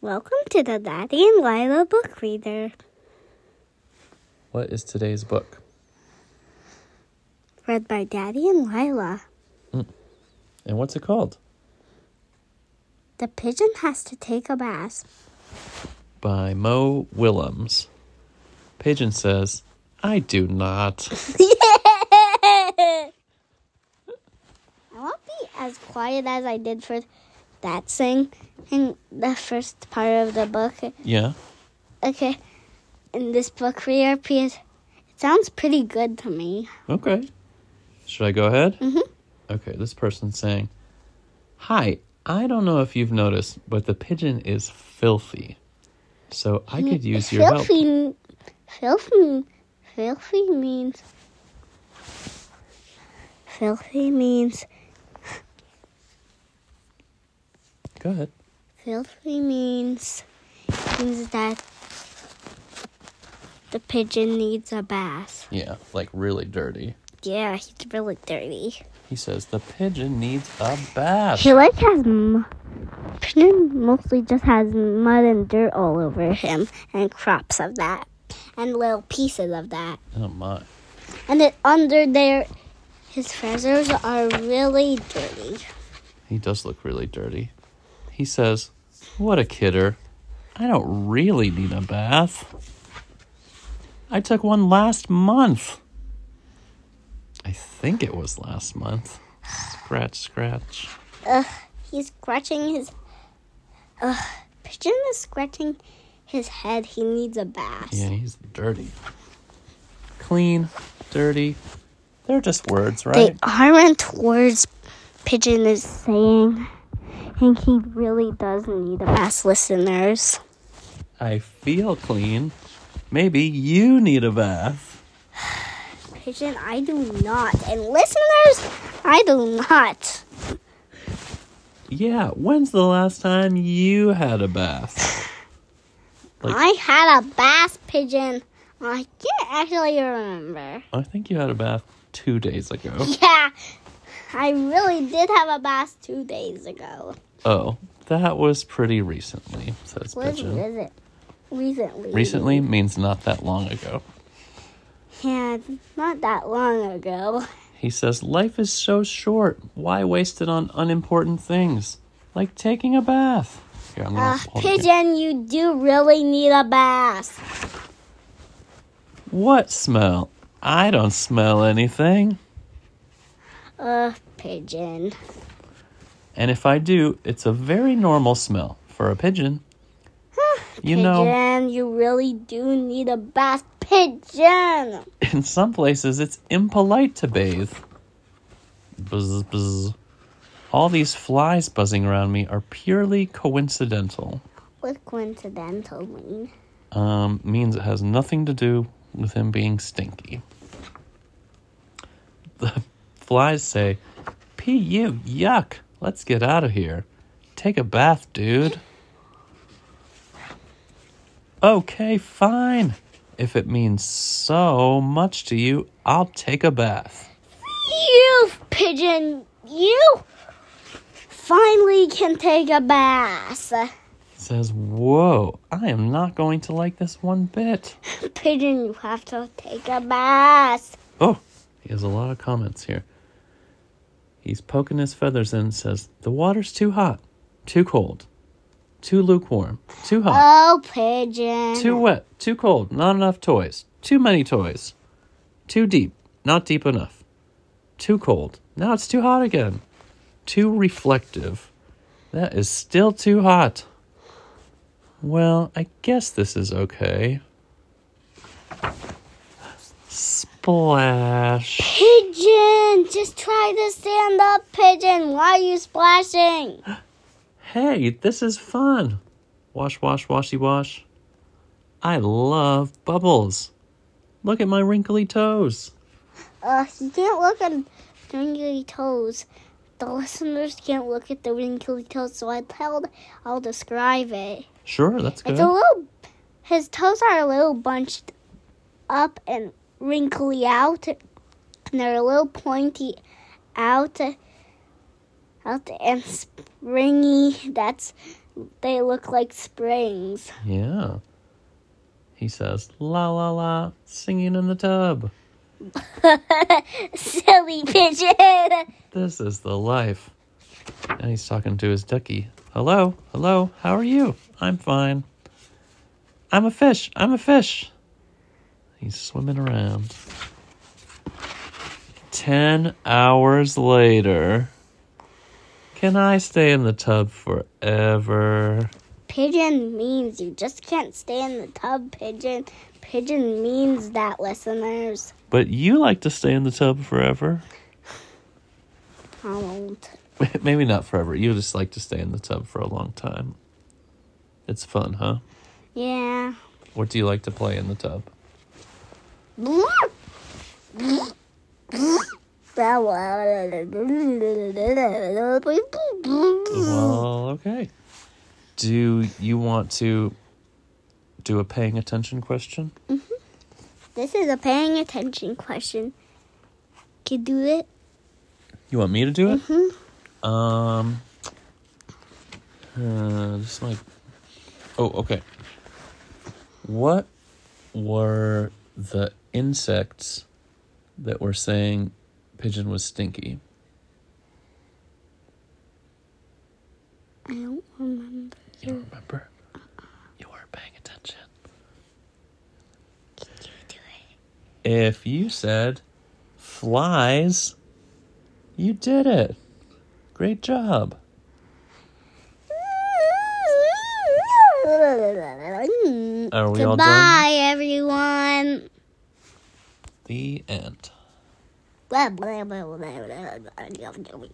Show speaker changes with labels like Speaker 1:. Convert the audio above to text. Speaker 1: Welcome to the Daddy and Lila Book Reader.
Speaker 2: What is today's book?
Speaker 1: Read by Daddy and Lila.
Speaker 2: And what's it called?
Speaker 1: The pigeon has to take a bath.
Speaker 2: By Mo Willems. Pigeon says, I do not.
Speaker 1: I won't be as quiet as I did for that thing in the first part of the book.
Speaker 2: Yeah.
Speaker 1: Okay, in this book reader, piece, it sounds pretty good to me.
Speaker 2: Okay. Should I go ahead? Mm-hmm. Okay, this person's saying, Hi, I don't know if you've noticed, but the pigeon is filthy. So I could use your help.
Speaker 1: Mm, filthy, filthy, filthy means filthy means
Speaker 2: Go ahead.
Speaker 1: filthy means means that the pigeon needs a bath.
Speaker 2: Yeah, like really dirty.
Speaker 1: Yeah, he's really dirty.
Speaker 2: He says, The pigeon needs a bath.
Speaker 1: He like has m- pigeon mostly just has mud and dirt all over him, and crops of that, and little pieces of that.
Speaker 2: Oh my.
Speaker 1: And it under there, his feathers are really dirty.
Speaker 2: He does look really dirty. He says, What a kidder. I don't really need a bath. I took one last month. I think it was last month. Scratch, scratch.
Speaker 1: He's scratching his. Ugh, pigeon is scratching his head. He needs a bath.
Speaker 2: Yeah, he's dirty. Clean, dirty. They're just words,
Speaker 1: They
Speaker 2: right?
Speaker 1: aren't words Pigeon is saying. And he really does need a bath, listeners.
Speaker 2: I feel clean. Maybe you need a bath.
Speaker 1: Pigeon, I do not. And listeners, I do not.
Speaker 2: Yeah, when's the last time you had a bath? Like-
Speaker 1: I had a bath, Pigeon. I can't actually remember.
Speaker 2: I think you had a bath two days ago.
Speaker 1: Yeah, I really did have a bath two days ago.
Speaker 2: Oh, that was pretty recently, says
Speaker 1: What is
Speaker 2: Pigeon.
Speaker 1: it? Recently.
Speaker 2: Recently means not that long ago.
Speaker 1: Yeah, not that long ago.
Speaker 2: He says, Life is so short. Why waste it on unimportant things? Like taking a bath. Here, I'm gonna
Speaker 1: Uh,
Speaker 2: hold it here.
Speaker 1: pigeon, you do really need a bath.
Speaker 2: What smell? I don't smell anything.
Speaker 1: Uh, pigeon.
Speaker 2: And if I do, it's a very normal smell for a pigeon. you
Speaker 1: pigeon,
Speaker 2: know,
Speaker 1: you really do need a bath, pigeon.
Speaker 2: in some places it's impolite to bathe. Buzz, buzz. All these flies buzzing around me are purely coincidental.
Speaker 1: What coincidental mean?
Speaker 2: Um, means it has nothing to do with him being stinky. The flies say, "P.U. Yuck! Let's get out of here. Take a bath, dude." Okay, fine. If it means so much to you, I'll take a bath.
Speaker 1: You pigeon, you finally can take a bath.
Speaker 2: says, Whoa, I am not going to like this one bit.
Speaker 1: Pigeon, you have to take a bath.
Speaker 2: Oh, he has a lot of comments here. He's poking his feathers in and says, The water's too hot, too cold, too lukewarm, too hot,
Speaker 1: Oh, pigeon.
Speaker 2: too wet, too cold, not enough toys, too many toys, too deep, not deep enough, too cold, now it's too hot again, too reflective, that is still too hot. Well, I guess this is okay. Splash.
Speaker 1: Pigeon, just try to stand up, pigeon. Why are you splashing?
Speaker 2: Hey, this is fun. Wash, wash, washy, wash. I love bubbles. Look at my wrinkly toes.
Speaker 1: Uh, you can't look at the wrinkly toes. The listeners can't look at the wrinkly toes, so I tell. I'll describe it.
Speaker 2: Sure, that's good.
Speaker 1: It's a little. His toes are a little bunched up and wrinkly out, and they're a little pointy out, out and springy. That's they look like springs.
Speaker 2: Yeah. He says, la la la, singing in the tub.
Speaker 1: Silly pigeon.
Speaker 2: This is the life. And he's talking to his ducky. Hello, hello, how are you? I'm fine. I'm a fish, I'm a fish. He's swimming around. Ten hours later. Can I stay in the tub forever?
Speaker 1: Pigeon means you just can't stay in the tub, pigeon. Pigeon means that, listeners.
Speaker 2: But you like to stay in the tub forever.
Speaker 1: How old?
Speaker 2: Maybe not forever. You just like to stay in the tub for a long time. It's fun, huh?
Speaker 1: Yeah.
Speaker 2: What do you like to play in the tub? Well, okay. Do you want to do a paying attention question?
Speaker 1: This is a paying attention question. Can do it?
Speaker 2: You want me to do it? Um. Uh, just like. Oh, okay. What were the insects that were saying pigeon was stinky?
Speaker 1: I don't remember.
Speaker 2: You don't remember? You weren't paying attention.
Speaker 1: Can you do it?
Speaker 2: If you said flies, you did it. Great job. Are we
Speaker 1: Goodbye,
Speaker 2: all done?
Speaker 1: everyone.
Speaker 2: The end.
Speaker 1: Blah, blah, blah, blah, blah, blah, blah, blah, blah.